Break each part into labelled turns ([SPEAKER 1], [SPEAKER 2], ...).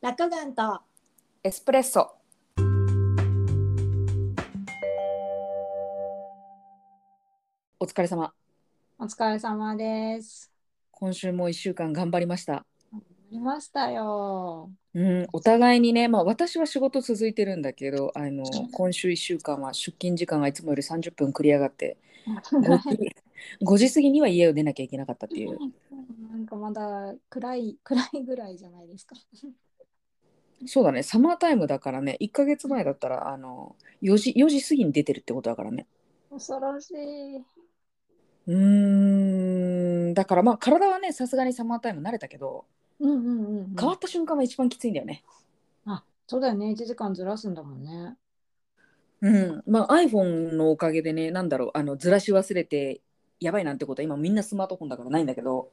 [SPEAKER 1] ラッカガンと
[SPEAKER 2] エスプレッソ。お疲れ様。
[SPEAKER 1] お疲れ様です。
[SPEAKER 2] 今週も一週間頑張りました。
[SPEAKER 1] ありました よ。
[SPEAKER 2] うん、お互いにね、まあ、私は仕事続いてるんだけど、あの、今週一週間は出勤時間がいつもより三十分繰り上がって。5時 ,5 時過ぎには家を出なきゃいけなかったっていう。
[SPEAKER 1] なんかまだ暗い暗いぐらいじゃないですか。
[SPEAKER 2] そうだね、サマータイムだからね、一ヶ月前だったら、あの、四時、四時過ぎに出てるってことだからね。
[SPEAKER 1] 恐ろしい。
[SPEAKER 2] うーんだからまあ体はねさすがにサマータイム慣れたけど
[SPEAKER 1] うんうんうん、うん。
[SPEAKER 2] 変わった瞬間が一番きついんだよね。
[SPEAKER 1] そうだよね。1時間ずらすんだもんね。
[SPEAKER 2] うん、まあ iPhone のおかげでねなんだろうあのずらし忘れてやばいなんてことは今みんなスマートフォンだからないんだけど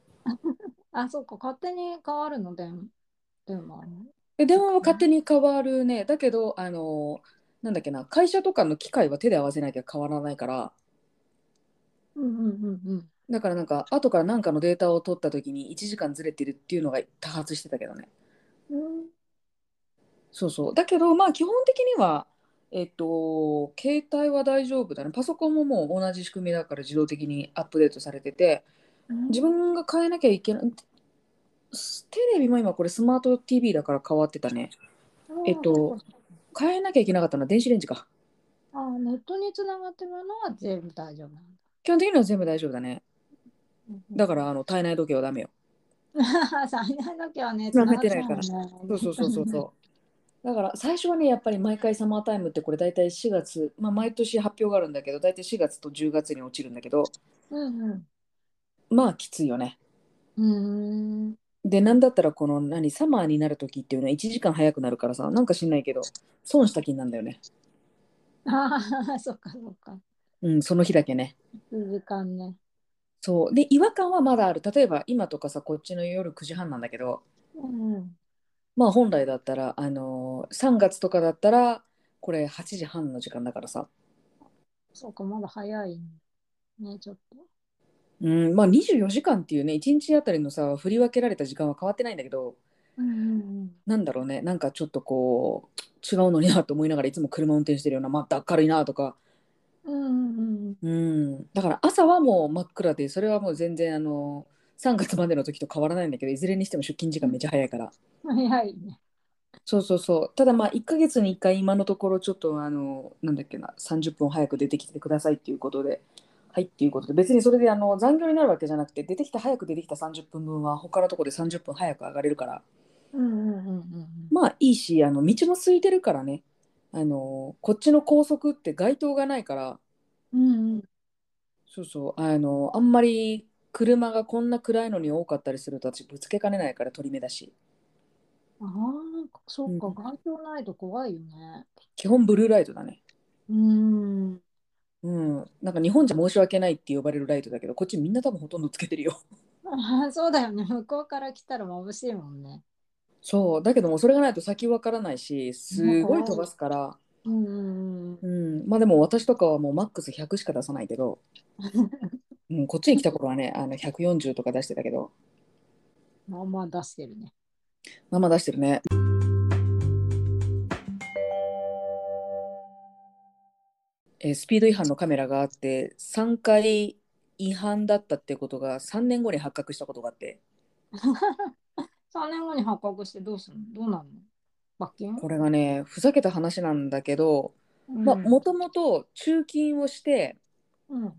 [SPEAKER 1] あ、そっか。勝手に変わるので、でも。
[SPEAKER 2] で電話は勝手に変わるねだけどあのなんだっけな会社とかの機械は手で合わせなきゃ変わらないから
[SPEAKER 1] うんうんうんうん。
[SPEAKER 2] だからなんか後から何かのデータを取った時に1時間ずれてるっていうのが多発してたけどね。
[SPEAKER 1] うん
[SPEAKER 2] そうそう。だけど、まあ、基本的には、えっと、携帯は大丈夫だね。パソコンももう同じ仕組みだから自動的にアップデートされてて、自分が変えなきゃいけない。すテレビも今これスマート TV だから変わってたね。えっと。変えなきゃいけなかったのは電子レンジか。
[SPEAKER 1] あ、ネットにつながってるのは全部大丈夫なんだ。
[SPEAKER 2] 基本的には全部大丈夫だね。だから、あの、体内時計はダメよ。
[SPEAKER 1] ら、最大だけはね、
[SPEAKER 2] 繋がってないから
[SPEAKER 1] 繋がってないもん
[SPEAKER 2] そ
[SPEAKER 1] ね
[SPEAKER 2] うそうそうそう そう。だから最初はねやっぱり毎回サマータイムってこれ大体4月、まあ、毎年発表があるんだけど大体4月と10月に落ちるんだけど
[SPEAKER 1] うんうん。
[SPEAKER 2] まあきついよね。
[SPEAKER 1] うーん
[SPEAKER 2] で、なんだったらこの何、サマーになるときっていうのは1時間早くなるからさ、なんか知んないけど、損した気になるんだよね。
[SPEAKER 1] ああ、そっかそっか。
[SPEAKER 2] うん、その日だけね。
[SPEAKER 1] 1時間ね。
[SPEAKER 2] そう。で、違和感はまだある。例えば今とかさ、こっちの夜9時半なんだけど、
[SPEAKER 1] うんうん。
[SPEAKER 2] まあ本来だったら、あのー3月とかだったら、これ8時半の時間だからさ、
[SPEAKER 1] そうか、まだ早いね。ね、ちょっと。
[SPEAKER 2] うん、まあ24時間っていうね、1日あたりのさ、振り分けられた時間は変わってないんだけど、
[SPEAKER 1] うんうん
[SPEAKER 2] なんだろうね、なんかちょっとこう、違うのになと思いながらいつも車運転してるような、まあ明るいなとか、
[SPEAKER 1] うん。うんうんうん。
[SPEAKER 2] うん、だから朝はもう真っ暗でそれはもう全然あの3月までの時と変わらないんだけどいずれにしても出勤時間めっちゃ早いから
[SPEAKER 1] 早いね。
[SPEAKER 2] そうそうそうただまあ1ヶ月に1回今のところちょっとあのなんだっけな30分早く出てきてくださいっていうことではいっていうことで別にそれであの残業になるわけじゃなくて出てきた早く出てきた30分分は他のところで30分早く上がれるから
[SPEAKER 1] うんうんうんうん。
[SPEAKER 2] まあいいしあの道も空いてるからねあのこっちの高速って街灯がないから
[SPEAKER 1] うんうん。
[SPEAKER 2] そうそう、あの、あんまり車がこんな暗いのに多かったりすると、私ぶつけかねないから取り目だし、
[SPEAKER 1] ああ、そっか、
[SPEAKER 2] うん
[SPEAKER 1] 環境ないと怖いよね。
[SPEAKER 2] 基本ブルーライトだね。
[SPEAKER 1] うん。
[SPEAKER 2] うん、なんか日本じゃ申し訳ないって呼ばれるライトだけど、こっちみんな多分ほとんどつけてるよ。
[SPEAKER 1] あーそうだよね。向こうから来たら眩しいもんね。
[SPEAKER 2] そう、だけどもそれがないと先わからないし、すごい飛ばすから、
[SPEAKER 1] うんうんうん。
[SPEAKER 2] うん、まあでも私とかはもうマックス100しか出さないけ ど、うん、こっちに来た頃はね、あの140とか出してたけど、
[SPEAKER 1] まあまあ出してるね。
[SPEAKER 2] まあまあ出してるね。えースピード違反のカメラがあって3回違反だったってことが3年後に発覚したことがあって
[SPEAKER 1] 3年後に発覚してどうするのどうなるの罰金
[SPEAKER 2] これがねふざけた話なんだけど
[SPEAKER 1] うん
[SPEAKER 2] まあもともと駐禁をして
[SPEAKER 1] うん。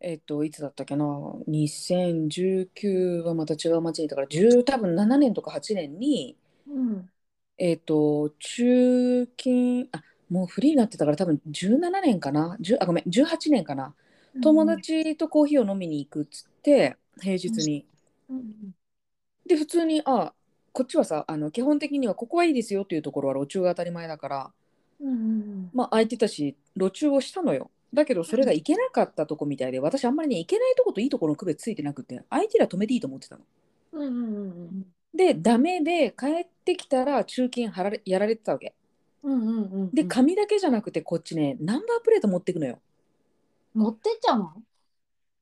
[SPEAKER 2] えっといつだったっけな2019はまた違う町にいたから10多分7年とか8年に
[SPEAKER 1] うん。
[SPEAKER 2] えっと、中金、あ、もうフリーになってたから多分17年かな、10あ、ごめん、18年かな。友達とコーヒーを飲みに行くっつって、平日に。
[SPEAKER 1] うんうん
[SPEAKER 2] で、普通に、あ、こっちはさ、あの、基本的にはここはいいですよっていうところは路中が当たり前だから、
[SPEAKER 1] うんうん
[SPEAKER 2] まあ空いてたし、路中をしたのよ。だけど、それが行けなかったとこみたいで、私あんまりね、行けないとこといいところの区別ついてなくて、相手ら止めていいと思ってたの。
[SPEAKER 1] うんうん
[SPEAKER 2] で、ダメで、帰ってきたら中金貼られ、やられてたわけ。
[SPEAKER 1] うんうんうんうん
[SPEAKER 2] で紙だけじゃなくてこっちねナンバープレート持ってくのよ
[SPEAKER 1] 持ってっちゃうの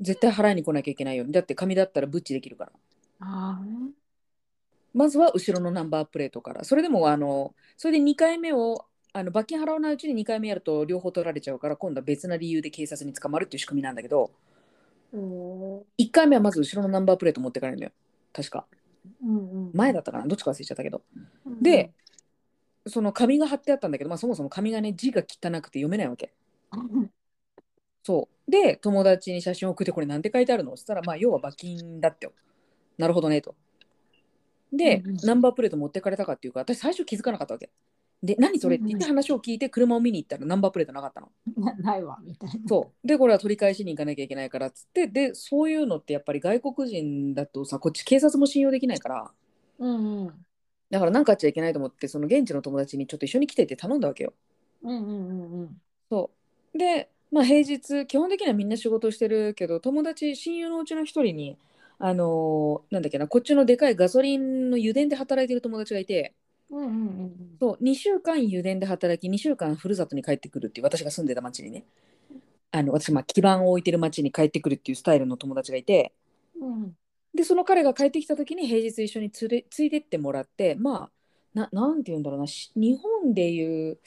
[SPEAKER 2] 絶対払いに来なきゃいけないようにだって紙だったらブッチできるから
[SPEAKER 1] ああ
[SPEAKER 2] まずは後ろのナンバープレートから。それでもあのそれで2回目をあの罰金払わないうちに2回目やると両方取られちゃうから今度は別な理由で警察に捕まるっていう仕組みなんだけど
[SPEAKER 1] おー
[SPEAKER 2] 1回目はまず後ろのナンバープレート持ってかれるのよ確か
[SPEAKER 1] うんうん
[SPEAKER 2] 前だったかなどっちか忘れちゃったけど
[SPEAKER 1] うん
[SPEAKER 2] でその紙が貼ってあったんだけど、まあ、そもそも紙がね字が汚くて読めないわけ
[SPEAKER 1] うん
[SPEAKER 2] そうで友達に写真を送ってこれなんて書いてあるのそしたらまあ要は罰金だってよなるほどねとで、
[SPEAKER 1] うんうん
[SPEAKER 2] ナンバープレート持ってかれたかっていうか私最初気づかなかったわけで何それって言って話を聞いて車を見に行ったらナンバープレートなかったの
[SPEAKER 1] な ないわみたいな
[SPEAKER 2] そうでこれは取り返しに行かなきゃいけないからっつってでそういうのってやっぱり外国人だとさこっち警察も信用できないから
[SPEAKER 1] うんうん
[SPEAKER 2] だから何かあっちゃいけないと思ってその現地の友達にちょっと一緒に来てって頼んだわけよ
[SPEAKER 1] うんうんうんうん
[SPEAKER 2] そうで、まあ、平日基本的にはみんな仕事してるけど友達親友のうちの一人にあのーなんだっけなこっちのでかいガソリンの油田で働いてる友達がいて
[SPEAKER 1] うんうんうん
[SPEAKER 2] そう2週間油田で働き2週間ふるさとに帰ってくるっていう私が住んでた町にねあの私まあ基盤を置いてる町に帰ってくるっていうスタイルの友達がいて
[SPEAKER 1] うんうん
[SPEAKER 2] でその彼が帰ってきた時に平日一緒につれついてってもらってまあななんて言うんだろうなし日本でいう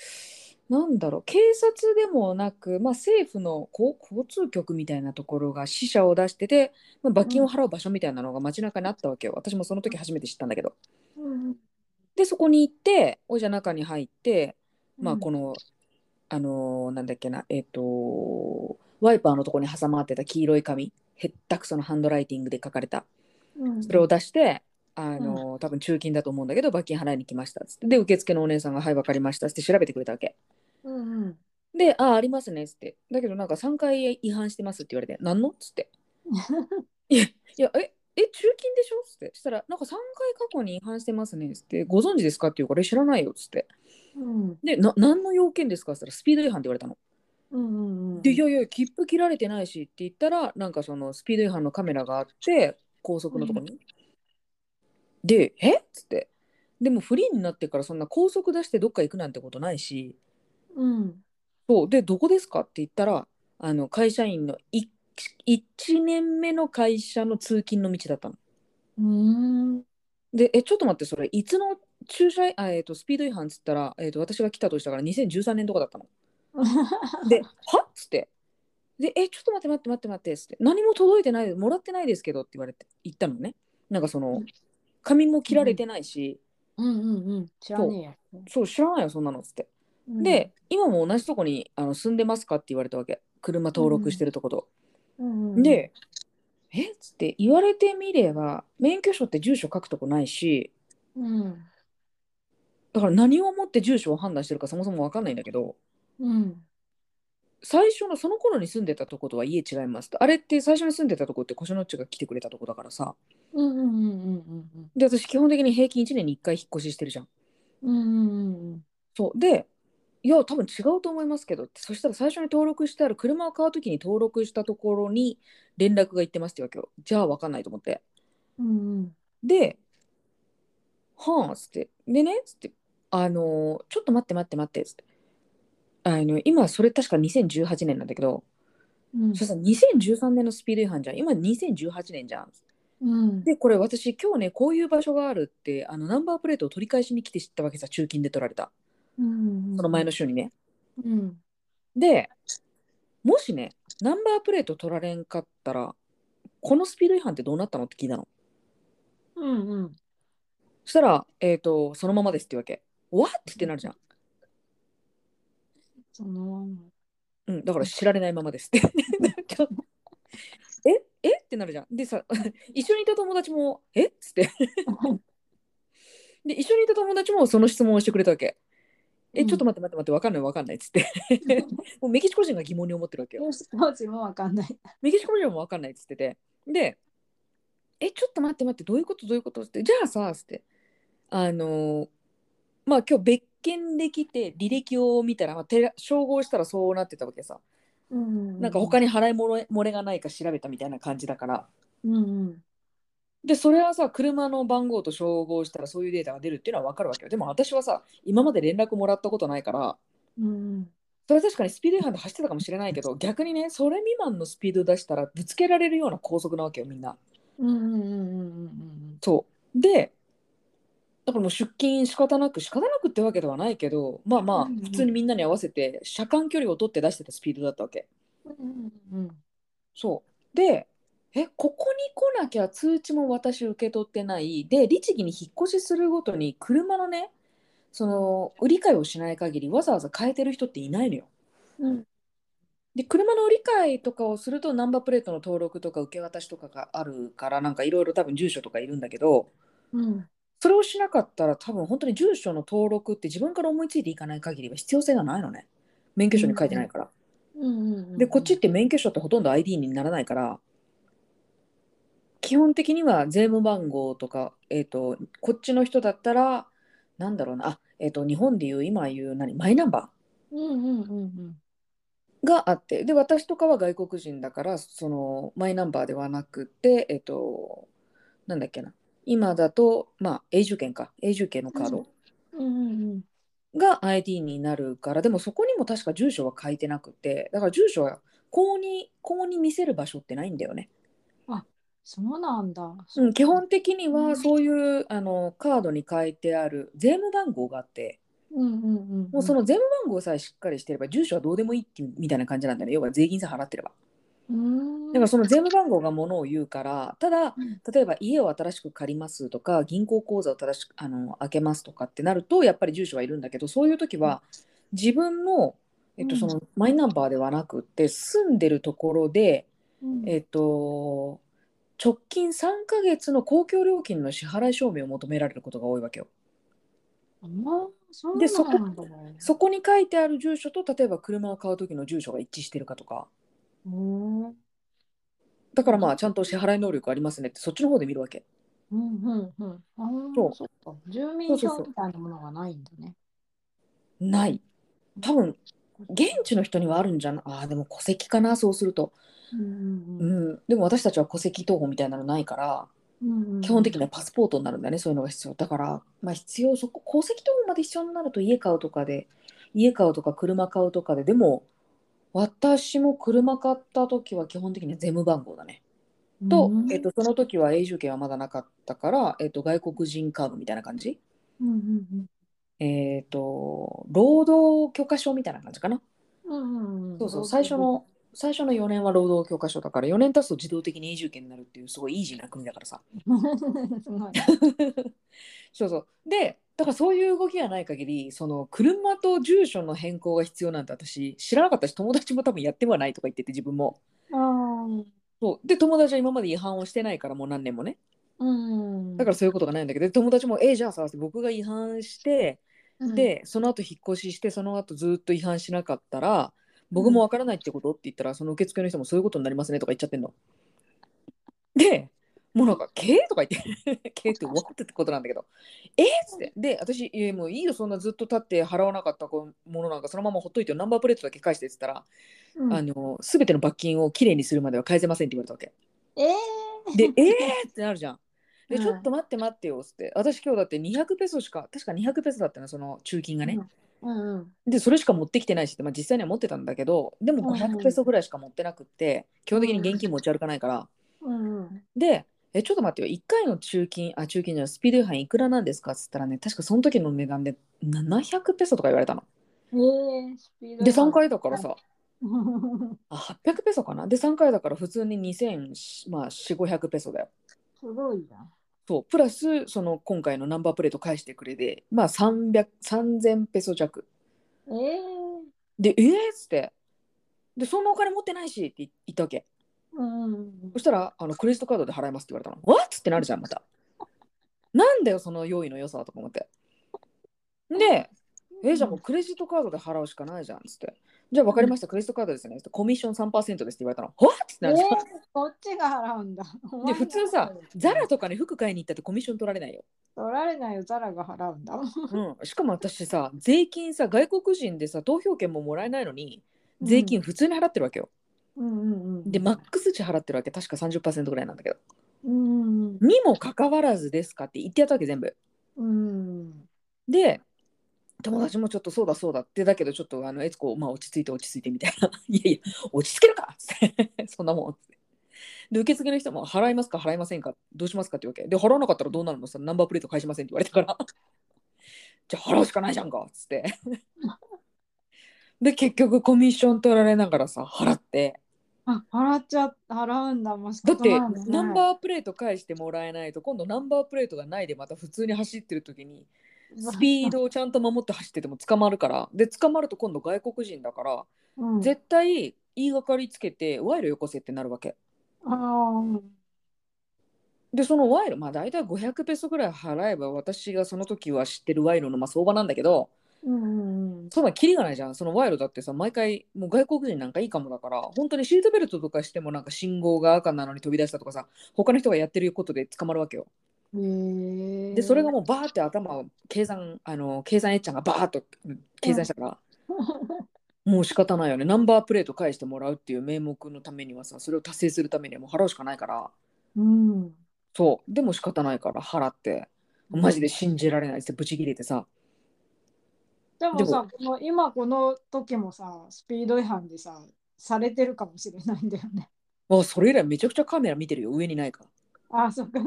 [SPEAKER 2] なんだろう警察でもなく、まあ、政府のこう交通局みたいなところが死者を出してて、まあ、罰金を払う場所みたいなのが街中にあったわけよ私もその時初めて知ったんだけど
[SPEAKER 1] うん
[SPEAKER 2] でそこに行っておじゃ中に入って、
[SPEAKER 1] うん
[SPEAKER 2] まあ、この、あのーなんだっけなえっ、とワイパーのとこに挟まってた黄色い紙へったくそのハンドライティングで書かれた
[SPEAKER 1] うん
[SPEAKER 2] それを出して、あの、多分中金だと思うんだけど、罰金払いに来ましたっつって。で、受付のお姉さんが、はい、わかりましたっつって調べてくれたわけ。
[SPEAKER 1] うんうん
[SPEAKER 2] で、ああ、ありますねっつって。だけど、なんか3回違反してますって言われて、なんのっつって。いや、え、え、中金でしょっつって。したら、なんか3回過去に違反してますねっつって、ご存知ですかって言うから、え知らないよっつって。
[SPEAKER 1] うん
[SPEAKER 2] で、な何の要件ですかっつったら、スピード違反って言われたの。
[SPEAKER 1] うんうん
[SPEAKER 2] で、いやいや、切符切られてないしって言ったら、なんかそのスピード違反のカメラがあって、高速のとこに。で、えっつって。でもフリーになってからそんな高速出してどっか行くなんてことないし、
[SPEAKER 1] うん
[SPEAKER 2] そう、で、どこですかって言ったら、あの会社員の1、1年目の会社の通勤の道だったの。
[SPEAKER 1] うん
[SPEAKER 2] で、え、ちょっと待って、それ、いつの駐車、あえっと、スピード違反っつったら、えっと、私が来たとしたから2013年とかだった の。で、はっつって。で、え、ちょっと待って待って待って待ってっつって、何も届いてない、もらってないですけどって言われて、言ったのね。なんかその、髪も切られてないし、
[SPEAKER 1] うんうんうん知らねえや
[SPEAKER 2] そう、知らないよ、そんなのっつって。
[SPEAKER 1] うん
[SPEAKER 2] で、今も同じとこにあの住んでますかって言われたわけ。車登録してるとこと。
[SPEAKER 1] うんうん
[SPEAKER 2] で、えっつって、言われてみれば、免許証って住所書くとこないし、
[SPEAKER 1] うん
[SPEAKER 2] だから何をもって住所を判断してるかそもそも分かんないんだけど、
[SPEAKER 1] うん
[SPEAKER 2] 最初のその頃に住んでたとことは家違いますとあれって最初に住んでたとこって腰のっちが来てくれたとこだからさ
[SPEAKER 1] うんうんうんうん
[SPEAKER 2] で私基本的に平均1年に1回引っ越ししてるじゃん
[SPEAKER 1] うんうん
[SPEAKER 2] そうでいや多分違うと思いますけどってそしたら最初に登録してある車を買う時に登録したところに連絡が行ってますってわけよじゃあ分かんないと思って
[SPEAKER 1] うん
[SPEAKER 2] で「はあ」っつって「でね」っつって「あのーちょっと待って待って待って」っつってあの今それ確か2018年なんだけど
[SPEAKER 1] うん
[SPEAKER 2] そしたら2013年のスピード違反じゃん今2018年じゃん
[SPEAKER 1] うん
[SPEAKER 2] でこれ私今日ねこういう場所があるってあのナンバープレートを取り返しに来て知ったわけさ中金で取られた
[SPEAKER 1] うん
[SPEAKER 2] その前の週にね
[SPEAKER 1] うん
[SPEAKER 2] でもしねナンバープレート取られんかったらこのスピード違反ってどうなったのって聞いたの
[SPEAKER 1] うんうん
[SPEAKER 2] そしたらえっ、とそのままですってわけわっってなるじゃん、
[SPEAKER 1] その
[SPEAKER 2] うん、だから知られないままですって ちょっとええってなるじゃんでさ 一緒にいた友達もえっつってで一緒にいた友達もその質問をしてくれたわけ。え、
[SPEAKER 1] うん
[SPEAKER 2] ちょっと待って待って待って、わかんないわかんないっつって。 もうメキシコ人が疑問に思ってるわけよ。
[SPEAKER 1] 当時もわかんない
[SPEAKER 2] メキシコ人もわかんないっつってて。で、え、ちょっと待って待って、どういうことどういうことっつって、じゃあさ、つって。あのーまあ今日別件で来て履歴を見たら、まあ、照ら照合したらそうなってたわけさ。
[SPEAKER 1] うん
[SPEAKER 2] なんか他に払い漏れ漏れがないか調べたみたいな感じだから。
[SPEAKER 1] うん
[SPEAKER 2] でそれはさ車の番号と照合したらそういうデータが出るっていうのは分かるわけよでも私はさ今まで連絡もらったことないから
[SPEAKER 1] うん
[SPEAKER 2] それは確かにスピード違反で走ってたかもしれないけど逆にねそれ未満のスピード出したらぶつけられるような高速なわけよみんな
[SPEAKER 1] うんうんうんうんうん
[SPEAKER 2] そうでだからもう出勤仕方なく仕方なくってわけではないけどまあまあ
[SPEAKER 1] うんうん
[SPEAKER 2] 普通にみんなに合わせて車間距離を取って出してたスピードだったわけ
[SPEAKER 1] うんうん
[SPEAKER 2] そうでえここに来なきゃ通知も私受け取ってないで律儀に引っ越しするごとに車のねその売り買いをしない限りわざわざ変えてる人っていないのよ
[SPEAKER 1] うん
[SPEAKER 2] で車の売り買いとかをするとナンバープレートの登録とか受け渡しとかがあるからなんかいろいろ多分住所とかいるんだけど
[SPEAKER 1] うん
[SPEAKER 2] それをしなかったら多分本当に住所の登録って自分から思いついていかない限りは必要性がないのね免許証に書いてないから、
[SPEAKER 1] うんうん
[SPEAKER 2] でこっちって免許証ってほとんど ID にならないから基本的には税務番号とか、えー、とこっちの人だったらなんだろうなあ、えー、と日本でいう今言う何マイナンバー
[SPEAKER 1] うんうんうん
[SPEAKER 2] があってで私とかは外国人だからそのマイナンバーではなくてえっとなんだっけな今だとまあ永住権か永住権のカード
[SPEAKER 1] うんうんうん
[SPEAKER 2] が ID になるからでもそこにも確か住所は書いてなくてだから住所はこうにこうに見せる場所ってないんだよね、
[SPEAKER 1] そうなんだ
[SPEAKER 2] うん、基本的に
[SPEAKER 1] うん
[SPEAKER 2] はそういうあのカードに書いてある税務番号があって
[SPEAKER 1] うんうんうんん
[SPEAKER 2] もうその税務番号さえしっかりしてれば住所はどうでもいいっていうみたいな感じなんだよね要は税金さえ払ってれば。
[SPEAKER 1] うーん
[SPEAKER 2] だからその税務番号がものを言うからただ
[SPEAKER 1] うん
[SPEAKER 2] 例えば家を新しく借りますとか銀行口座を新しくあの開けますとかってなるとやっぱり住所はいるんだけどそういう時は自分の,、えっと、
[SPEAKER 1] うん
[SPEAKER 2] そのマイナンバーではなくって住んでるところで、
[SPEAKER 1] うん
[SPEAKER 2] えっと、直近3ヶ月の公共料金の支払い証明を求められることが多いわけよ。
[SPEAKER 1] あそう
[SPEAKER 2] でそこ
[SPEAKER 1] なんだね
[SPEAKER 2] そこに書いてある住所と例えば車を買う時の住所が一致してるかとか
[SPEAKER 1] うーん
[SPEAKER 2] だからまあちゃんと支払い能力ありますねってそっちの方で見るわけ。
[SPEAKER 1] うんうんうん。あ
[SPEAKER 2] そ
[SPEAKER 1] あ、
[SPEAKER 2] う
[SPEAKER 1] そっか。住民
[SPEAKER 2] そうそうそ
[SPEAKER 1] 票
[SPEAKER 2] う
[SPEAKER 1] みたいなものがないんだね。
[SPEAKER 2] ない多分現地の人にはあるんじゃないあーでも戸籍かなそうすると、
[SPEAKER 1] うん
[SPEAKER 2] う
[SPEAKER 1] うん
[SPEAKER 2] ん、でも私たちは戸籍謄本みたいなのないから
[SPEAKER 1] うんうん。
[SPEAKER 2] 基本的にはパスポートになるんだよねそういうのが必要だから、まあ、必要そこ戸籍謄本まで必要になると家買うとかで家買うとか車買うとかででも私も車買った時は基本的には税務番号だね。と,、
[SPEAKER 1] うん
[SPEAKER 2] えっとその時は永住権はまだなかったから、えっと外国人カードみたいな感じ、
[SPEAKER 1] うんうん
[SPEAKER 2] えっと労働許可証みたいな感じかな。
[SPEAKER 1] うん。うんうんん
[SPEAKER 2] そうそう最初。の最初の4年は労働教科書だから4年経つと自動的に永住権になるっていうすごいイージーな国だからさ
[SPEAKER 1] すごい。
[SPEAKER 2] そうそうでだからそういう動きがない限りその車と住所の変更が必要なんて私知らなかったし友達も多分やってはないとか言ってて自分も
[SPEAKER 1] ああ。
[SPEAKER 2] そうで友達は今まで違反をしてないからもう何年もね
[SPEAKER 1] うん。
[SPEAKER 2] だからそういうことがないんだけどで友達も「えじゃあさ僕が違反して
[SPEAKER 1] ら、
[SPEAKER 2] でその後引っ越ししてその後ずっと違反しなかったら僕もわからないってこと?」って言ったらその受付の人も「そういうことになりますね」とか言っちゃってんの。でもうなんか「け?」とか言って「 け?」って分かってってことなんだけど「えっ?」つってで私「いやもういいよそんなずっと立って払わなかったものなんかそのままほっといてよナンバープレートだけ返して」っつったら、
[SPEAKER 1] うん
[SPEAKER 2] あの「全ての罰金をきれいにするまでは返せません」って言われたわけ。
[SPEAKER 1] ええ。
[SPEAKER 2] で「えー!」ってなるじゃん。で
[SPEAKER 1] うん
[SPEAKER 2] ちょっと待って待ってよっつって私今日だって200ペソしか確か200ペソだったなその中金がね、
[SPEAKER 1] うんうん。
[SPEAKER 2] でそれしか持ってきてないし、まあ、実際には持ってたんだけどでも
[SPEAKER 1] うんうん
[SPEAKER 2] 500ペソぐらいしか持ってなくって、基本的に現金持ち歩かないから、
[SPEAKER 1] うんうん。
[SPEAKER 2] でえちょっと待ってよ1回の中金あ中金じゃないスピード違反いくらなんですかっつったらね確かその時の値段で700ペソとか言われたの
[SPEAKER 1] ええ、スピード。
[SPEAKER 2] で3。回だ からさ
[SPEAKER 1] す
[SPEAKER 2] あ800ペソかなで3回だから普通に2400、まあ、500ペソだよ
[SPEAKER 1] ごいな。
[SPEAKER 2] そうプラスその今回のナンバープレート返してくれでまあ300 3000ペソ弱
[SPEAKER 1] ええ。
[SPEAKER 2] でえー、っつってでそんなお金持ってないしって言ったわけ
[SPEAKER 1] うんうん
[SPEAKER 2] そしたらあのクレジットカードで払いますって言われたの。わっつってなるじゃんまた。なんだよその用意の良さとか思って。で、
[SPEAKER 1] うん。
[SPEAKER 2] えじゃあもうクレジットカードで払うしかないじゃんっつって。じゃあ分かりました、クレジットカードですね。コミッション3%ですって言われたの。わっつって
[SPEAKER 1] え
[SPEAKER 2] なるじゃん。
[SPEAKER 1] え、こっちが払うんだ。お前
[SPEAKER 2] で
[SPEAKER 1] が
[SPEAKER 2] 普通さザラとかに服買いに行ったってコミッション取られないよ。
[SPEAKER 1] 取られないよ、ザラが払うんだ。
[SPEAKER 2] うん、しかも私さ税金さ外国人でさ投票権ももらえないのに税金普通に払ってるわけよ。
[SPEAKER 1] うんうんうん。
[SPEAKER 2] でマックス値払ってるわけ確か30%ぐらいなんだけど。
[SPEAKER 1] うんうん
[SPEAKER 2] にもかかわらずですかって言ってやったわけ全部。
[SPEAKER 1] うん。
[SPEAKER 2] で友達もちょっとそうだそうだってだけどちょっと あの悦子まあ落ち着いて落ち着いてみたいな「いやいや落ち着けるか!」っつって そんなもんっつってで受付の人も払いますか払いませんかどうしますかって言うわけで払わなかったらどうなるのさナンバープレート返しませんって言われたから じゃあ払うしかないじゃんかっつって で結局コミッション取られながらさ払って
[SPEAKER 1] あ、払っちゃ、払うんだ、もし
[SPEAKER 2] だってナ
[SPEAKER 1] ナ
[SPEAKER 2] ン
[SPEAKER 1] ンバー
[SPEAKER 2] バープレート返してもらえないと今度ナンバープレートがないでまた普通に走ってる時にスピードをちゃんと守って走ってても捕まるからで捕まると今度外国人だから
[SPEAKER 1] うん、
[SPEAKER 2] 絶対言いがかりつけて賄賂よこせってなるわけ
[SPEAKER 1] あー
[SPEAKER 2] でその賄賂まあ大体500ペソぐらい払えば私がその時は知ってる賄賂のまあ相場なんだけど
[SPEAKER 1] うんうんうん
[SPEAKER 2] そんなキリがないじゃんその賄賂だってさ毎回もう外国人なんかいいかもだから本当にシートベルトとかしてもなんか信号が赤なのに飛び出したとかさ他の人がやってることで捕まるわけよ
[SPEAKER 1] へえ
[SPEAKER 2] でそれがもうバーって頭を計算あの計算えっちゃんがバーっとうん計算したから、もう仕方ないよねナンバープレート返してもらうっていう名目のためにはさそれを達成するためにはもう払うしかないから
[SPEAKER 1] うん
[SPEAKER 2] そうでも仕方ないから払ってマジで信じられないってブチギレてさ
[SPEAKER 1] でもさこの今この時もさスピード違反でさされてるかもしれないんだよね
[SPEAKER 2] あそれ以来めちゃくちゃカメラ見てるよ上にないから
[SPEAKER 1] あそうか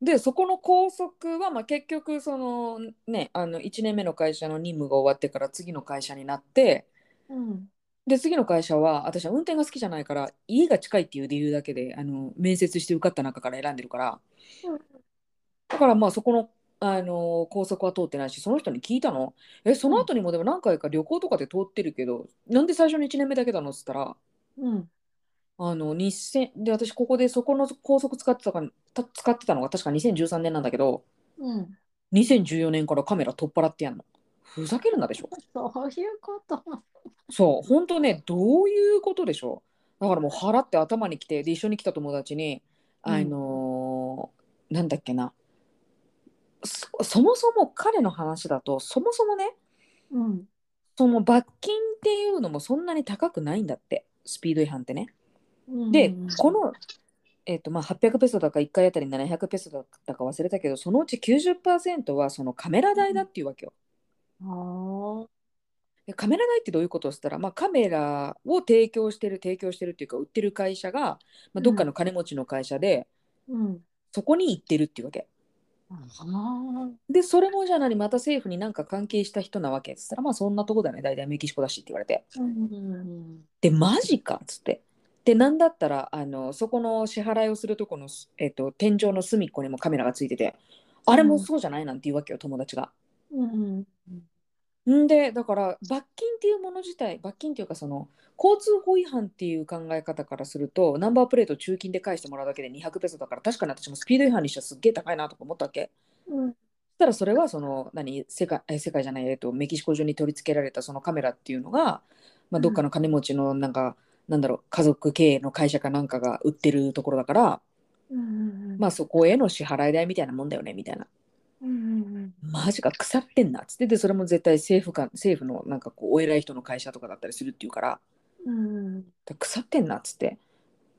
[SPEAKER 2] でそこの拘束は、まあ、結局そのねあの1年目の会社の任務が終わってから次の会社になって
[SPEAKER 1] うん
[SPEAKER 2] で次の会社は私は運転が好きじゃないから家が近いっていう理由だけであの面接して受かった中から選んでるから
[SPEAKER 1] うん
[SPEAKER 2] だからまあそこの、あの高速は通ってないしその人に聞いたのえその後にもでも何回か旅行とかで通ってるけどなんで最初の1年目だけなのっつったら
[SPEAKER 1] うん
[SPEAKER 2] あの日線で私ここでそこの高速使ってたかた使ってたのが確か2013年なんだけど
[SPEAKER 1] うん
[SPEAKER 2] 2014年からカメラ取っ払ってやんのふざけるなでしょ
[SPEAKER 1] そういうこと
[SPEAKER 2] そう、本当ね、どういうことでしょう。だからもう払って頭に来て、で、一緒に来た友達に、
[SPEAKER 1] うん
[SPEAKER 2] あのーなんだっけな。そ、そもそも彼の話だと、そもそもね、
[SPEAKER 1] うん
[SPEAKER 2] その罰金っていうのもそんなに高くないんだって、スピード違反ってね。
[SPEAKER 1] うん
[SPEAKER 2] で、この、えっと、まあ800ペソだか1回あたり700ペソだったか忘れたけど、そのうち90%はそのカメラ代だっていうわけよ。
[SPEAKER 1] の
[SPEAKER 2] でカメラ代ってどういうことをしたら、まあ、カメラを提供してる提供してるっていうか売ってる会社が、ま
[SPEAKER 1] う
[SPEAKER 2] あ、
[SPEAKER 1] ん
[SPEAKER 2] どっかの金持ちの会社で、
[SPEAKER 1] あーうん
[SPEAKER 2] そこに行ってるっていうわけ
[SPEAKER 1] あー
[SPEAKER 2] でそれもじゃあ何また政府になんか関係した人なわけっつったらまあそんなとこだね大体メキシコだしって言われて
[SPEAKER 1] うん
[SPEAKER 2] でマジかっつってでなんだったらあのそこの支払いをするとこの、えっと天井の隅っこにもカメラがついててあれもそうじゃないなんて言うわけよ友達が。
[SPEAKER 1] うん
[SPEAKER 2] んでだから罰金っていうもの自体罰金っていうかその交通法違反っていう考え方からするとナンバープレート中金で返してもらうだけで200ペソだから確かに私もスピード違反にしてはすっげえ高いなとか思ったわけ
[SPEAKER 1] うん
[SPEAKER 2] そしたらそれはその何世界え世界じゃない、えっと、メキシコ中に取り付けられたそのカメラっていうのが、まあ、どっかの金持ちのなんか、なんだろう家族経営の会社かなんかが売ってるところだから、
[SPEAKER 1] うん
[SPEAKER 2] まあ、そこへの支払い代みたいなもんだよねみたいな
[SPEAKER 1] うん
[SPEAKER 2] マジか腐ってんなっつってでそれも絶対政府か政府のなんかこうお偉い人の会社とかだったりするっていうから
[SPEAKER 1] うん
[SPEAKER 2] だ腐ってんなっつって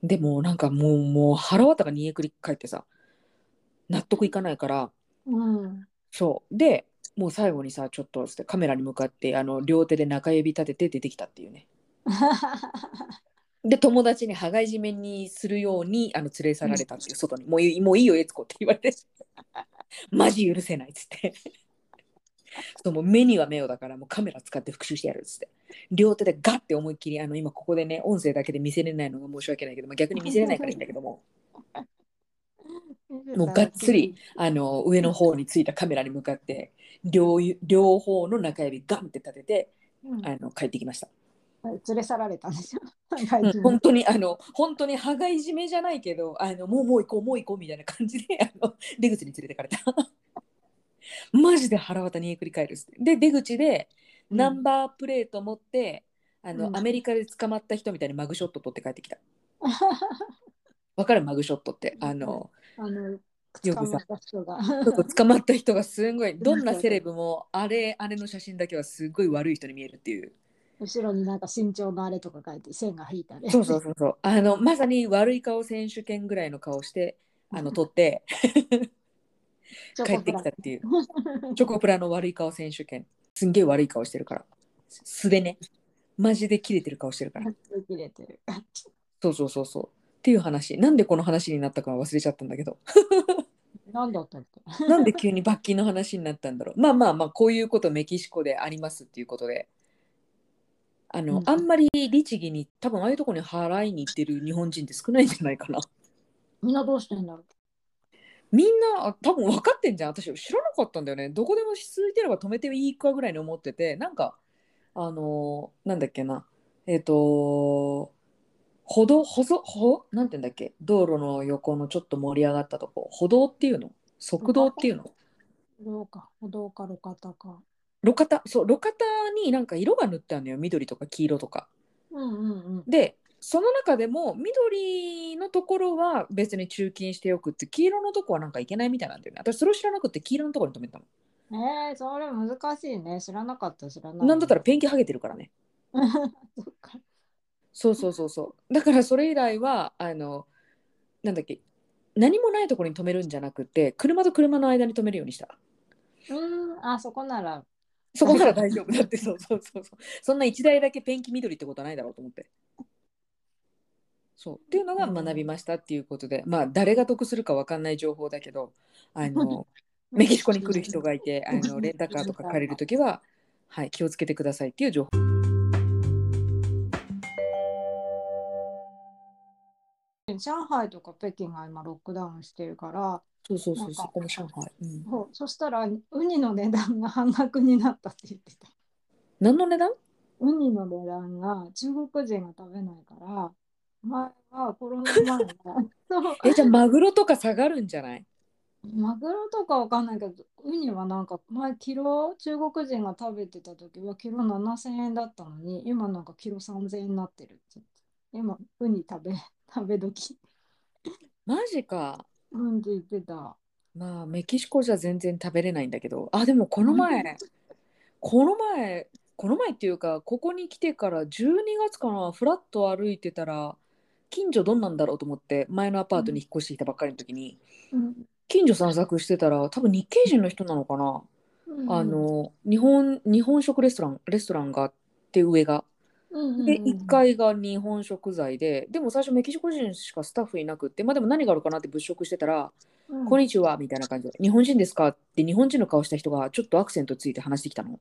[SPEAKER 2] でもうなんかもうもう腹渡が煮えくり返ってさ納得いかないから
[SPEAKER 1] うん
[SPEAKER 2] そうでもう最後にさちょっとつってカメラに向かってあの両手で中指立てて出てきたっていうねで友達に羽交い締めにするようにあの連れ去られたっていう外に「もういいもういいよ悦子」って言われて 「マジ許せない」っつってそうもう目には目をだからもうカメラ使って復習してやるっつって両手でガッて思いっきりあの今ここでね音声だけで見せれないのが申し訳ないけど、まあ、逆に見せれないからいいんだけどももうがっつりあの上の方についたカメラに向かって両ゆ両方の中指ガンって立てて
[SPEAKER 1] うん
[SPEAKER 2] あの帰ってきました。
[SPEAKER 1] 連れ去られたんでしょ。
[SPEAKER 2] うん 本当にあの本当に羽交い締めじゃないけどあのもうもう行こうもう行こうみたいな感じで あの出口に連れてかれた マジで腹渡にえくり返るっすで出口で
[SPEAKER 1] うん
[SPEAKER 2] ナンバープレート持って、あの
[SPEAKER 1] うん
[SPEAKER 2] アメリカで捕まった人みたいにマグショット撮って帰ってきたわかるマグショットってあの
[SPEAKER 1] あの、
[SPEAKER 2] よくさ
[SPEAKER 1] た人が。
[SPEAKER 2] そうそう捕まった人がすごいどんなセレブもあれあれの写真だけはすごい悪い人に見えるっていう
[SPEAKER 1] 後ろになんか身長のあれとか書いて線が引いたね。
[SPEAKER 2] そうそうそうそうあのまさに悪い顔選手権ぐらいの顔してあの撮って
[SPEAKER 1] ちょ
[SPEAKER 2] 帰
[SPEAKER 1] こっ
[SPEAKER 2] っ
[SPEAKER 1] と
[SPEAKER 2] て
[SPEAKER 1] だ
[SPEAKER 2] きたっていうチョコプラの悪い顔選手権すんげえ悪い顔してるから素でねマジでキレてる顔してるから
[SPEAKER 1] 切れてる。
[SPEAKER 2] そうそうそうそう。っていう話。なんでこの話になったかは忘れちゃったんだ けど。
[SPEAKER 1] 何だったっけ
[SPEAKER 2] なんで急に罰金の話になったんだろう。まあまあまあ、こういうことメキシコでありますっていうことで。あ
[SPEAKER 1] う
[SPEAKER 2] の、
[SPEAKER 1] ん
[SPEAKER 2] あんまり律儀に、多分ああいうとこに払いに行ってる日本人って少ないんじゃないかな。
[SPEAKER 1] みんなどうしてんだろう
[SPEAKER 2] みんなあ多分分かってんじゃん。私知らなかったんだよね。どこでも続いてれば止めていいかぐらいに思ってて、なんか、あのーなんだっけな。えっ、と歩道、歩そ、歩なんて言うんだっけ道路の横のちょっと盛り上がったとこ。歩道っていうの側道っていうの
[SPEAKER 1] 歩道か歩道か路肩か
[SPEAKER 2] 路肩そう路肩になんか色が塗ってあるのよ緑とか黄色とか。
[SPEAKER 1] うんうんうん
[SPEAKER 2] でその中でも緑のところは別に中勤してよくって黄色のとこはなんかいけないみたいなんだよね私それを知らなくて黄色のところに止めてたも
[SPEAKER 1] えー、それ難しいね知らなかった知らない
[SPEAKER 2] んなんだったらペンキ剥げてるからね
[SPEAKER 1] ら そっか
[SPEAKER 2] そうそうそうそうだからそれ以来はあのなんだっけ何もないところに止めるんじゃなくて車と車の間に止めるようにした
[SPEAKER 1] うーんあそこなら
[SPEAKER 2] そこなら大丈夫だってそうそうそうそうそんな1台だけペンキ緑ってことはないだろうと思ってそうっていうのが学びましたっていうことでまあ誰が得するか分かんない情報だけどあ のメキシコに来る人がいてあのレンタカーとか借りるときは、はい、気をつけてくださいっていう情報
[SPEAKER 1] 上海とか北京が今ロックダウンしてるから
[SPEAKER 2] そうそう
[SPEAKER 1] そうそこも上
[SPEAKER 2] 海、うん、
[SPEAKER 1] そうそしたらウニの値段が半額になったって言ってた
[SPEAKER 2] 何の値段
[SPEAKER 1] ウニの値段が中国人が食べないから前はコロナ前は そう
[SPEAKER 2] えじゃあマグロとか下がるんじゃない
[SPEAKER 1] マグロとかわかんないけどウニはなんか前キロ中国人が食べてた時はキロ7000円だったのに今なんかキロ3000円になってるって言って今ウニ食べ食べ時
[SPEAKER 2] マジか
[SPEAKER 1] うんって言ってた
[SPEAKER 2] まあメキシコじゃ全然食べれないんだけどあでもこの前、この前この前っていうかここに来てから12月かなフラッと歩いてたら近所どんなんだろうと思って前のアパートに引っ越してきたばっかりの時に、
[SPEAKER 1] うん
[SPEAKER 2] 近所散策してたら多分日系人の人なのかな、
[SPEAKER 1] うん
[SPEAKER 2] あの日本日本食レストランレストランがあって上が
[SPEAKER 1] うん
[SPEAKER 2] で
[SPEAKER 1] うんうん
[SPEAKER 2] 1階が日本食材ででも最初メキシコ人しかスタッフいなくってまあでも何があるかなって物色してたら
[SPEAKER 1] う
[SPEAKER 2] 「
[SPEAKER 1] ん
[SPEAKER 2] こんにちは」みたいな感じで「日本人ですか?」って日本人の顔した人がちょっとアクセントついて話してきたの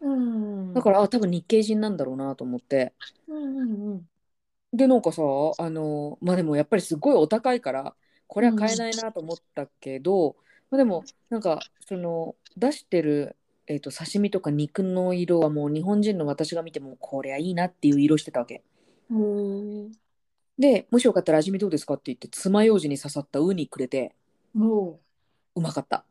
[SPEAKER 1] うん
[SPEAKER 2] だからあ多分日系人なんだろうなと思って
[SPEAKER 1] うんうんうん
[SPEAKER 2] でなんかさあのまあでもやっぱりすごいお高いからこれは買えないなと思ったけど、まあ、でもなんかその出してる、えー、と刺身とか肉の色はもう日本人の私が見てもこりゃいいなっていう色してたわけ
[SPEAKER 1] へー
[SPEAKER 2] でもしよかったら味見どうですかって言って爪楊枝に刺さったウニくれて
[SPEAKER 1] も
[SPEAKER 2] うまかった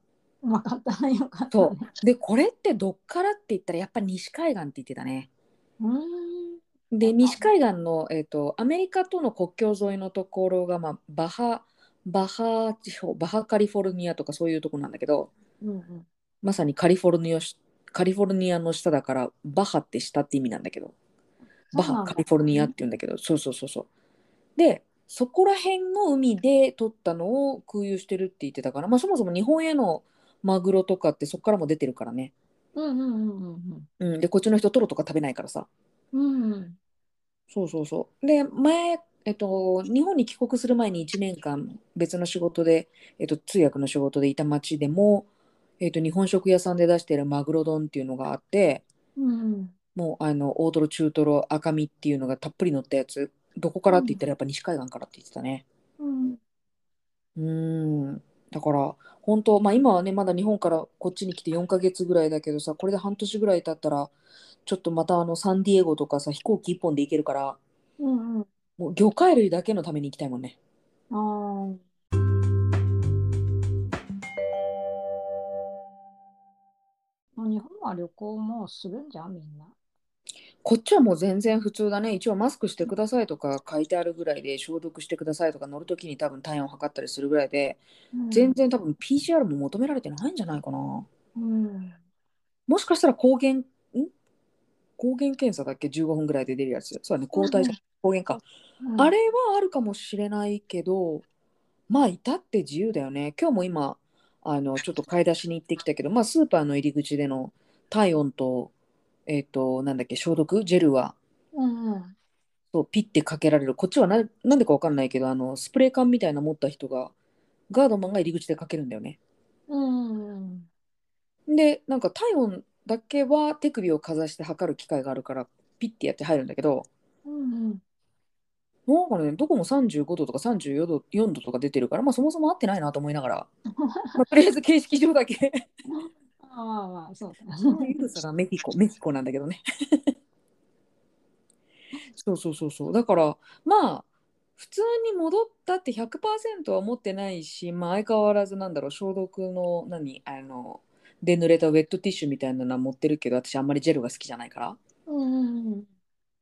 [SPEAKER 1] ううまかったねよかった
[SPEAKER 2] そ
[SPEAKER 1] ね
[SPEAKER 2] うでこれってどっからって言ったらやっぱ西海岸って言ってたね
[SPEAKER 1] うん
[SPEAKER 2] で西海岸の、えー、とアメリカとの国境沿いのところが、まあ、バハバハ地方バハカリフォルニアとかそういうとこなんだけど
[SPEAKER 1] うんうん
[SPEAKER 2] まさにカリフォルニアしカリフォルニアの下だからバハって下って意味なんだけどバ
[SPEAKER 1] そうな
[SPEAKER 2] ハ
[SPEAKER 1] んだ
[SPEAKER 2] カリフォルニアって言うんだけどそうそうそうそうでそこら辺の海で取ったのを空輸してるって言ってたから、まあ、そもそも日本へのマグロとかってそこからも出てるからね、
[SPEAKER 1] うんうんうんうん
[SPEAKER 2] うん、でこっちの人トロとか食べないからさ
[SPEAKER 1] うんうん
[SPEAKER 2] そうそうそう。で、前、えっと、日本に帰国する前に1年間別の仕事で、えっと、通訳の仕事でいた町でも、えっと、日本食屋さんで出してるマグロ丼っていうのがあって、
[SPEAKER 1] うん
[SPEAKER 2] もうあの大トロ、中トロ、赤身っていうのがたっぷり乗ったやつ、どこからって言ったらやっぱ西海岸からって言ってたね。
[SPEAKER 1] うん
[SPEAKER 2] うーん。だから、本当、まあ今はね、まだ日本からこっちに来て4ヶ月ぐらいだけどさ、これで半年ぐらい経ったら、ちょっとまたあのサンディエゴとかさ、飛行機1本で行けるから、
[SPEAKER 1] うんうん
[SPEAKER 2] もう魚介類だけのために行きたいもんね。
[SPEAKER 1] あーもう日本は旅行もするんじゃんみんな。
[SPEAKER 2] こっちはもう全然普通だね。一応マスクしてくださいとか書いてあるぐらいで、消毒してくださいとか乗るときに多分体温を測ったりするぐらいで、全然多分 PCR も求められてないんじゃないかな。
[SPEAKER 1] うん。
[SPEAKER 2] もしかしたら抗原、ん抗原検査だっけ ?15 分ぐらいで出るやつ。そうだね、抗体じゃん抗原か。
[SPEAKER 1] うん、
[SPEAKER 2] あれはあるかもしれないけど、まあ、至って自由だよね。今日も今、あの、ちょっと買い出しに行ってきたけど、まあ、スーパーの入り口での体温と、えっと、なんだっけ、消毒、ジェルは、
[SPEAKER 1] うんうん。
[SPEAKER 2] そう、ピッてかけられる。こっちはな、なんでかわかんないけど、あの、スプレー缶みたいなの持った人が、ガードマンが入り口でかけるんだよね。
[SPEAKER 1] うん
[SPEAKER 2] で、なんか体温だけは手首をかざして測る機械があるから、ピッてやって入るんだけど、
[SPEAKER 1] うんうん
[SPEAKER 2] なんかね、どこも35度とか34度、4度とか出てるから、まあそもそも合ってないなと思いながら、まあ、とりあえず形式上だけ
[SPEAKER 1] ああまあまあそうだ
[SPEAKER 2] ゆるさがメキコ、メキコなんだけどね。 そうそうそうそう。だから、まあ、普通に戻ったって100%は思ってないし、まあ相変わらずなんだろう、消毒の、何、あの、で濡れたウェットティッシュみたいなのは持ってるけど、私あんまりジェルが好きじゃないから。
[SPEAKER 1] うんうん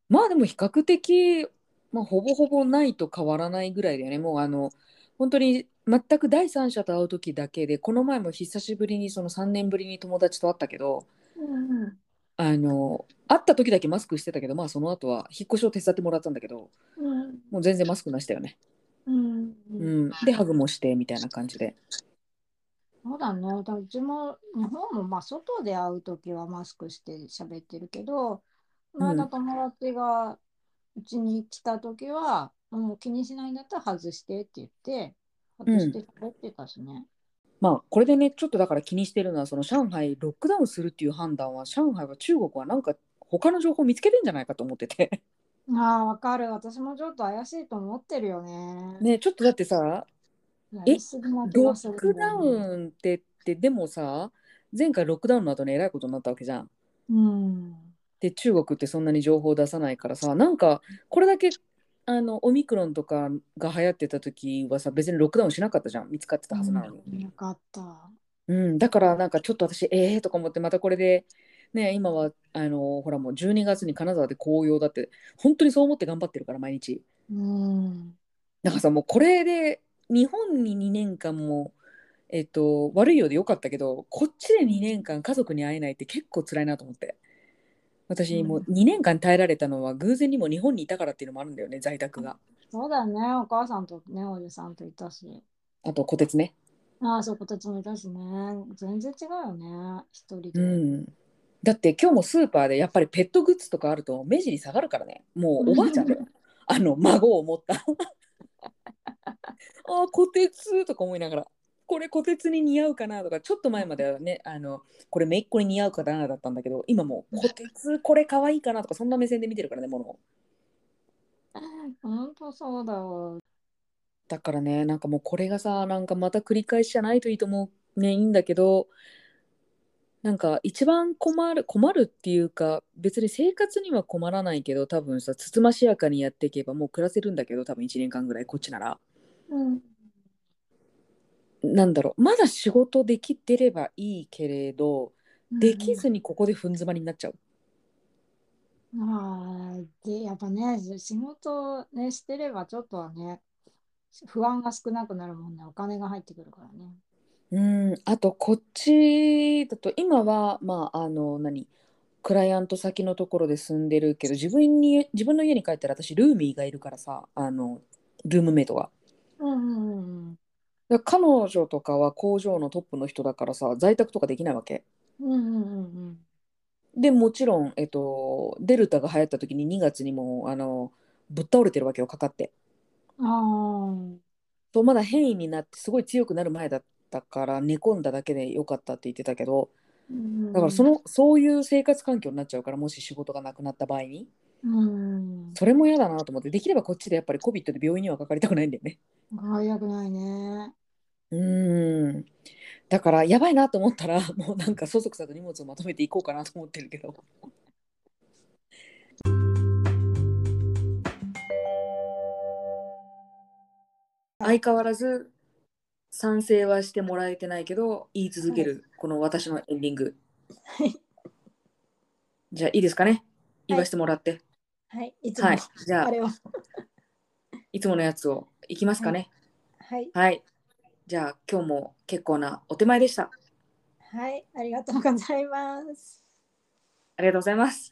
[SPEAKER 2] まあでも比較的、まあ、ほぼほぼないと変わらないぐらいだよね。もうあの本当に全く第三者と会う時だけでこの前も久しぶりにその3年ぶりに友達と会ったけど
[SPEAKER 1] うんうん
[SPEAKER 2] あの会った時だけマスクしてたけどまあその後は引っ越しを手伝ってもらったんだけど
[SPEAKER 1] うん
[SPEAKER 2] もう全然マスクなしだよね。
[SPEAKER 1] うん
[SPEAKER 2] う
[SPEAKER 1] うん
[SPEAKER 2] ん、でハグもしてみたいな感じで。
[SPEAKER 1] そうだね。だからうちも日本もまあ外で会うときはマスクして喋ってるけど、この
[SPEAKER 2] う
[SPEAKER 1] 間
[SPEAKER 2] ん、
[SPEAKER 1] 友達がうちに来たときは、もう気にしないんだったら外してって言って、
[SPEAKER 2] う
[SPEAKER 1] 外し
[SPEAKER 2] ん
[SPEAKER 1] て喋ってたしね。
[SPEAKER 2] まあこれでねちょっとだから気にしてるのはその上海ロックダウンするっていう判断は上海は中国はなんか他の情報見つけてんじゃないかと思ってて。
[SPEAKER 1] ああ、わかる。私もちょっと怪しいと思ってるよね。
[SPEAKER 2] ねちょっとだってさ
[SPEAKER 1] やり
[SPEAKER 2] え、
[SPEAKER 1] すぎな気が
[SPEAKER 2] ロ
[SPEAKER 1] する
[SPEAKER 2] ッ
[SPEAKER 1] ん
[SPEAKER 2] ク
[SPEAKER 1] だよ
[SPEAKER 2] ダ
[SPEAKER 1] ね。
[SPEAKER 2] ウンってって、でもさ、前回ロックダウンの後にえらいことになったわけじゃん。
[SPEAKER 1] うん。
[SPEAKER 2] で、中国ってそんなに情報を出さないからさ、なんか、これだけ、あの、オミクロンとかが流行ってた時はさ、別にロックダウンしなかったじゃん。見つかってた
[SPEAKER 1] う、
[SPEAKER 2] はずなんのに。
[SPEAKER 1] よかった。
[SPEAKER 2] うん、だからなんかちょっと私、ええー、とか思って、またこれで、ね、今は、あの、ほらもう12月に金沢で紅葉だって、本当にそう思って頑張ってるから、毎日。
[SPEAKER 1] うん。
[SPEAKER 2] なんかさ、もうこれで、日本に2年間も、えっと、悪いようでよかったけど、こっちで2年間家族に会えないって結構辛いなと思って。
[SPEAKER 1] う
[SPEAKER 2] 私もうん2年間耐えられたのは偶然にも日本にいたからっていうのもあるんだよね、在宅が。
[SPEAKER 1] そうだね。お母さんとね、おじさんといたし。
[SPEAKER 2] あと、虎鉄ね。
[SPEAKER 1] ああ、そう、こたつもいたしね。全然違うよね。一人
[SPEAKER 2] う
[SPEAKER 1] で。
[SPEAKER 2] ん。だって今日もスーパーでやっぱりペットグッズとかあると目尻下がるからね。もうおばあちゃんだよ。あの、孫を持った。 ああ、虎鉄とか思いながら、これ虎鉄に似合うかなとか、ちょっと前まではね、あの、これ姪っ子に似合うかなだったんだけど、今もう虎鉄、これ可愛いかなとか、そんな目線で見てるからね、ものを。
[SPEAKER 1] 本当そうだわ。
[SPEAKER 2] だからね、なんかもうこれがさ、なんかまた繰り返しじゃないといいと思うね、いいんだけど、なんか一番困る、困るっていうか、別に生活には困らないけど、多分さ、つつましやかにやっていけばもう暮らせるんだけど、多分1年間ぐらいこっちなら。
[SPEAKER 1] うん。
[SPEAKER 2] なんだろう、まだ仕事できてればいいけれど、
[SPEAKER 1] う
[SPEAKER 2] でき
[SPEAKER 1] ん
[SPEAKER 2] ずにここで踏ん詰まりになっちゃう。
[SPEAKER 1] うん。ああ、で、やっぱね、仕事をね、してればちょっとはね、不安が少なくなるもんね。お金が入ってくるからね。
[SPEAKER 2] うん、あとこっちだと今は、まあ、あの何クライアント先のところで住んでるけど自分に自分の家に帰ったら私ルーミーがいるからさあのルームメイトが。
[SPEAKER 1] うんうん
[SPEAKER 2] だから彼女とかは工場のトップの人だからさ在宅とかできないわけ。
[SPEAKER 1] うんうん。うんうんうん
[SPEAKER 2] でもちろん、えっと、デルタが流行った時に2月にもうあのぶっ倒れてるわけよかかって。
[SPEAKER 1] うん。ああ。
[SPEAKER 2] そうまだ変異になってすごい強くなる前だったから寝込んだだけでよかったって言ってたけど
[SPEAKER 1] う
[SPEAKER 2] だから
[SPEAKER 1] んう
[SPEAKER 2] そ
[SPEAKER 1] ん
[SPEAKER 2] のそういう生活環境になっちゃうからもし仕事がなくなった場合に
[SPEAKER 1] うん。うん
[SPEAKER 2] それも嫌だなと思ってできればこっちでやっぱり COVID で病院にはかかりたくないんだよね。
[SPEAKER 1] 早くないね。
[SPEAKER 2] うーんだからやばいなと思ったら もうなんかそそくさと荷物をまとめていこうかなと思ってるけど。相変わらず賛成はしてもらえてないけど言い続
[SPEAKER 1] は
[SPEAKER 2] け
[SPEAKER 1] い。
[SPEAKER 2] るこの私のエンディング
[SPEAKER 1] はい。
[SPEAKER 2] じゃあいいですかね言
[SPEAKER 1] は
[SPEAKER 2] わ
[SPEAKER 1] い。
[SPEAKER 2] せてもらって
[SPEAKER 1] はい。いつ
[SPEAKER 2] は
[SPEAKER 1] も、
[SPEAKER 2] いじゃ
[SPEAKER 1] あ
[SPEAKER 2] あ
[SPEAKER 1] れを。
[SPEAKER 2] いつものやつをいきます
[SPEAKER 1] は
[SPEAKER 2] か
[SPEAKER 1] い。
[SPEAKER 2] ね
[SPEAKER 1] はい。
[SPEAKER 2] はいじゃあ今日も結構なお手前でした
[SPEAKER 1] はい。ありがとうございます。
[SPEAKER 2] ありがとうございます